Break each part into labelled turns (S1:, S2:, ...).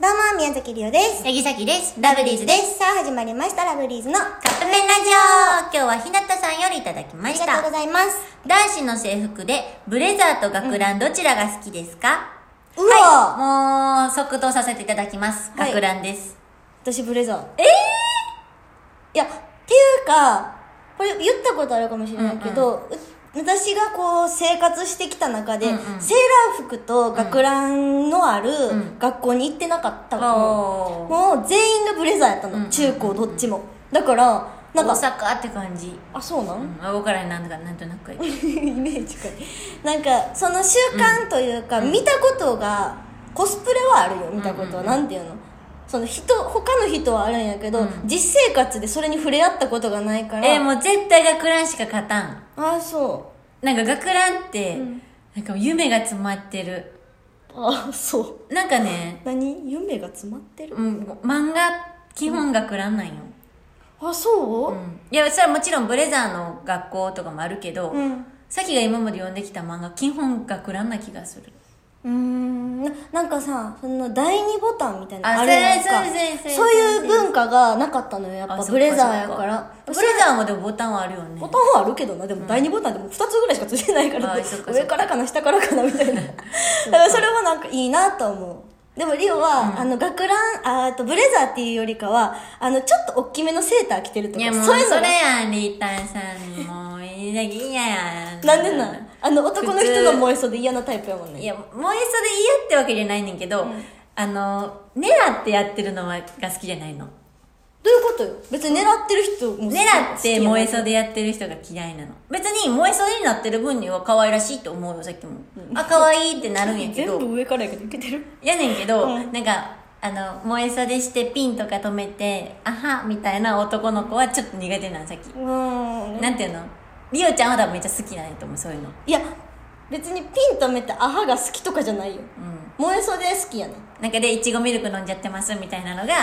S1: どうも、宮崎りおです。
S2: 八木崎です。ラブリーズです。
S1: さあ、始まりました、ラブリーズの。あ
S2: カップ麺ラジオ今日は日向さんよりいただきま
S1: り
S2: し
S1: がとうご
S2: た。
S1: ざいます。
S2: 男子の制服で、ブレザーと学ランどちらが好きですか、
S1: うわ、
S2: はい。もう、即答させていただきます。
S1: はい
S2: 学ランです。
S1: 私ブレザー。ええいや、っていうか、これ言ったことあるかもしれないけど、う私がこう生活してきた中で、
S2: うんうん
S1: セーラー服と学ランのある
S2: ん
S1: 学校に行ってなかったの、
S2: おー。
S1: もう全員がブレザーやったの、
S2: うんうん
S1: 中高どっちもだからなんか
S2: 大阪って感じ。
S1: あそうなん、
S2: うん、わからんなんか、なんとなく。
S1: イメージかなんかその習慣というか、見たことがコスプレはあるよ見たことは、
S2: うんうんうん
S1: なんていうのその人他の人はあるんやけど、
S2: うん
S1: 実生活でそれに触れ合ったことがないから、
S2: えー、もう絶対学ランしか勝たん。
S1: ああそう
S2: なんか学ランって、
S1: うん
S2: なんか夢が詰まってる。
S1: ああそう
S2: なんかね、
S1: 何夢が詰まってる、
S2: うん、漫画、基本学ランなんよ。。
S1: あそううん
S2: いや、それはもちろんブレザーの学校とかもあるけど、
S1: うん
S2: さっきが今まで読んできた漫画、基本学ランな気がする。
S1: うーんななんかさその第二ボタンみたいなの
S2: あ
S1: あるやんか
S2: そうそうそうそう
S1: そういう文化がなかったのよやっぱ
S2: あそっか
S1: ブレザーやか
S2: そっ
S1: ら
S2: ブレザーもでもボタンはあるよね
S1: ボ。タンはあるけどなでも第2ボタンでも2つぐらいしかついてないから、
S2: あーそっかそっか
S1: 上からかな下からかなみた いなだからそれはなんかいいなと思うでもリオは、あの学ランあーあとブレザーっていうよりかはあのちょっと大きめのセーター着てると
S2: い
S1: か
S2: や、もうそ
S1: そういうのが
S2: れやん、リータンさん。もう、いや、いやや。
S1: なんでなんあの男の人の燃えそうで嫌なタイプやもんね
S2: いや、もういっそで嫌ってわけじゃないねんけど、あの、狙ってやってるのはが好きじゃないの。
S1: どういうことよ別に狙ってる人も好き
S2: 狙って燃え
S1: 好きや
S2: そでやってる人が嫌いなの別に燃えそでになってる分には可愛らしいと思うよさっきも、あ可愛いってなるんや
S1: な
S2: け
S1: 全
S2: ど
S1: 部上からやけどいけてる
S2: やねんけど、
S1: うん
S2: なんかあの燃えそでしてピンとか止めてあはみたいな男の子はちょっと苦手なのさっき、
S1: うーん
S2: なんていうのリオちゃんは多分めっちゃ好きなんやと思うそういうの
S1: いや別にピン止めてアハが好きとかじゃないよ
S2: うん
S1: 燃えそうで好きやねん
S2: なんかでいちごミルク飲んじゃってますみたいなのが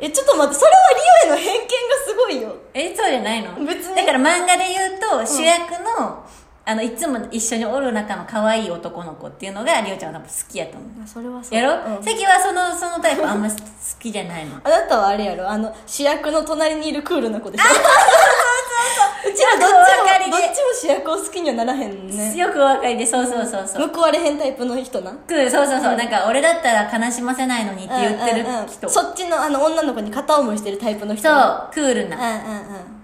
S1: えちょっと待ってそれはリオへの偏見がすごいよ
S2: えそうじゃないの
S1: 別に
S2: だから漫画で言うと主役の、あのいつも一緒におる中の可愛い男の子っていうのがリオちゃんは多分好きやと思う
S1: あそれはそ
S2: やろ、
S1: うん
S2: 関はそのそのタイプあんま好きじゃないのう
S1: あなたはあれやろあの主役の隣にいるクールな子でしょうちらどっ
S2: よくお分か
S1: ち
S2: り
S1: も
S2: で
S1: どっちも主役を好きにはならへんね
S2: よくお分かりでそうそうそうそう、
S1: 報われへんタイプの人な
S2: そうそうそうなんか俺だったら悲しませないのにって言ってる
S1: うんうんうん
S2: 人、そう
S1: そっちのあの女の子に片思いしてるタイプの人な
S2: クール
S1: うん
S2: な、
S1: うんうん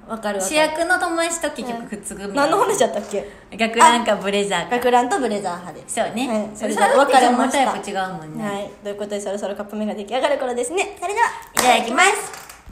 S1: わかるわ
S2: 主
S1: かる
S2: 役の友達と結局くっつぐみたい
S1: 何
S2: な
S1: の話だったっけ
S2: 学ランかブレザーか
S1: 学ランとブレザー派です
S2: そうね、
S1: はいそれ
S2: れ
S1: じゃあ
S2: 分
S1: 分かれました
S2: タイプ違うもんね、
S1: はいということでそろそろカップ麺が出来上がる頃ですねそれではい
S2: ただきます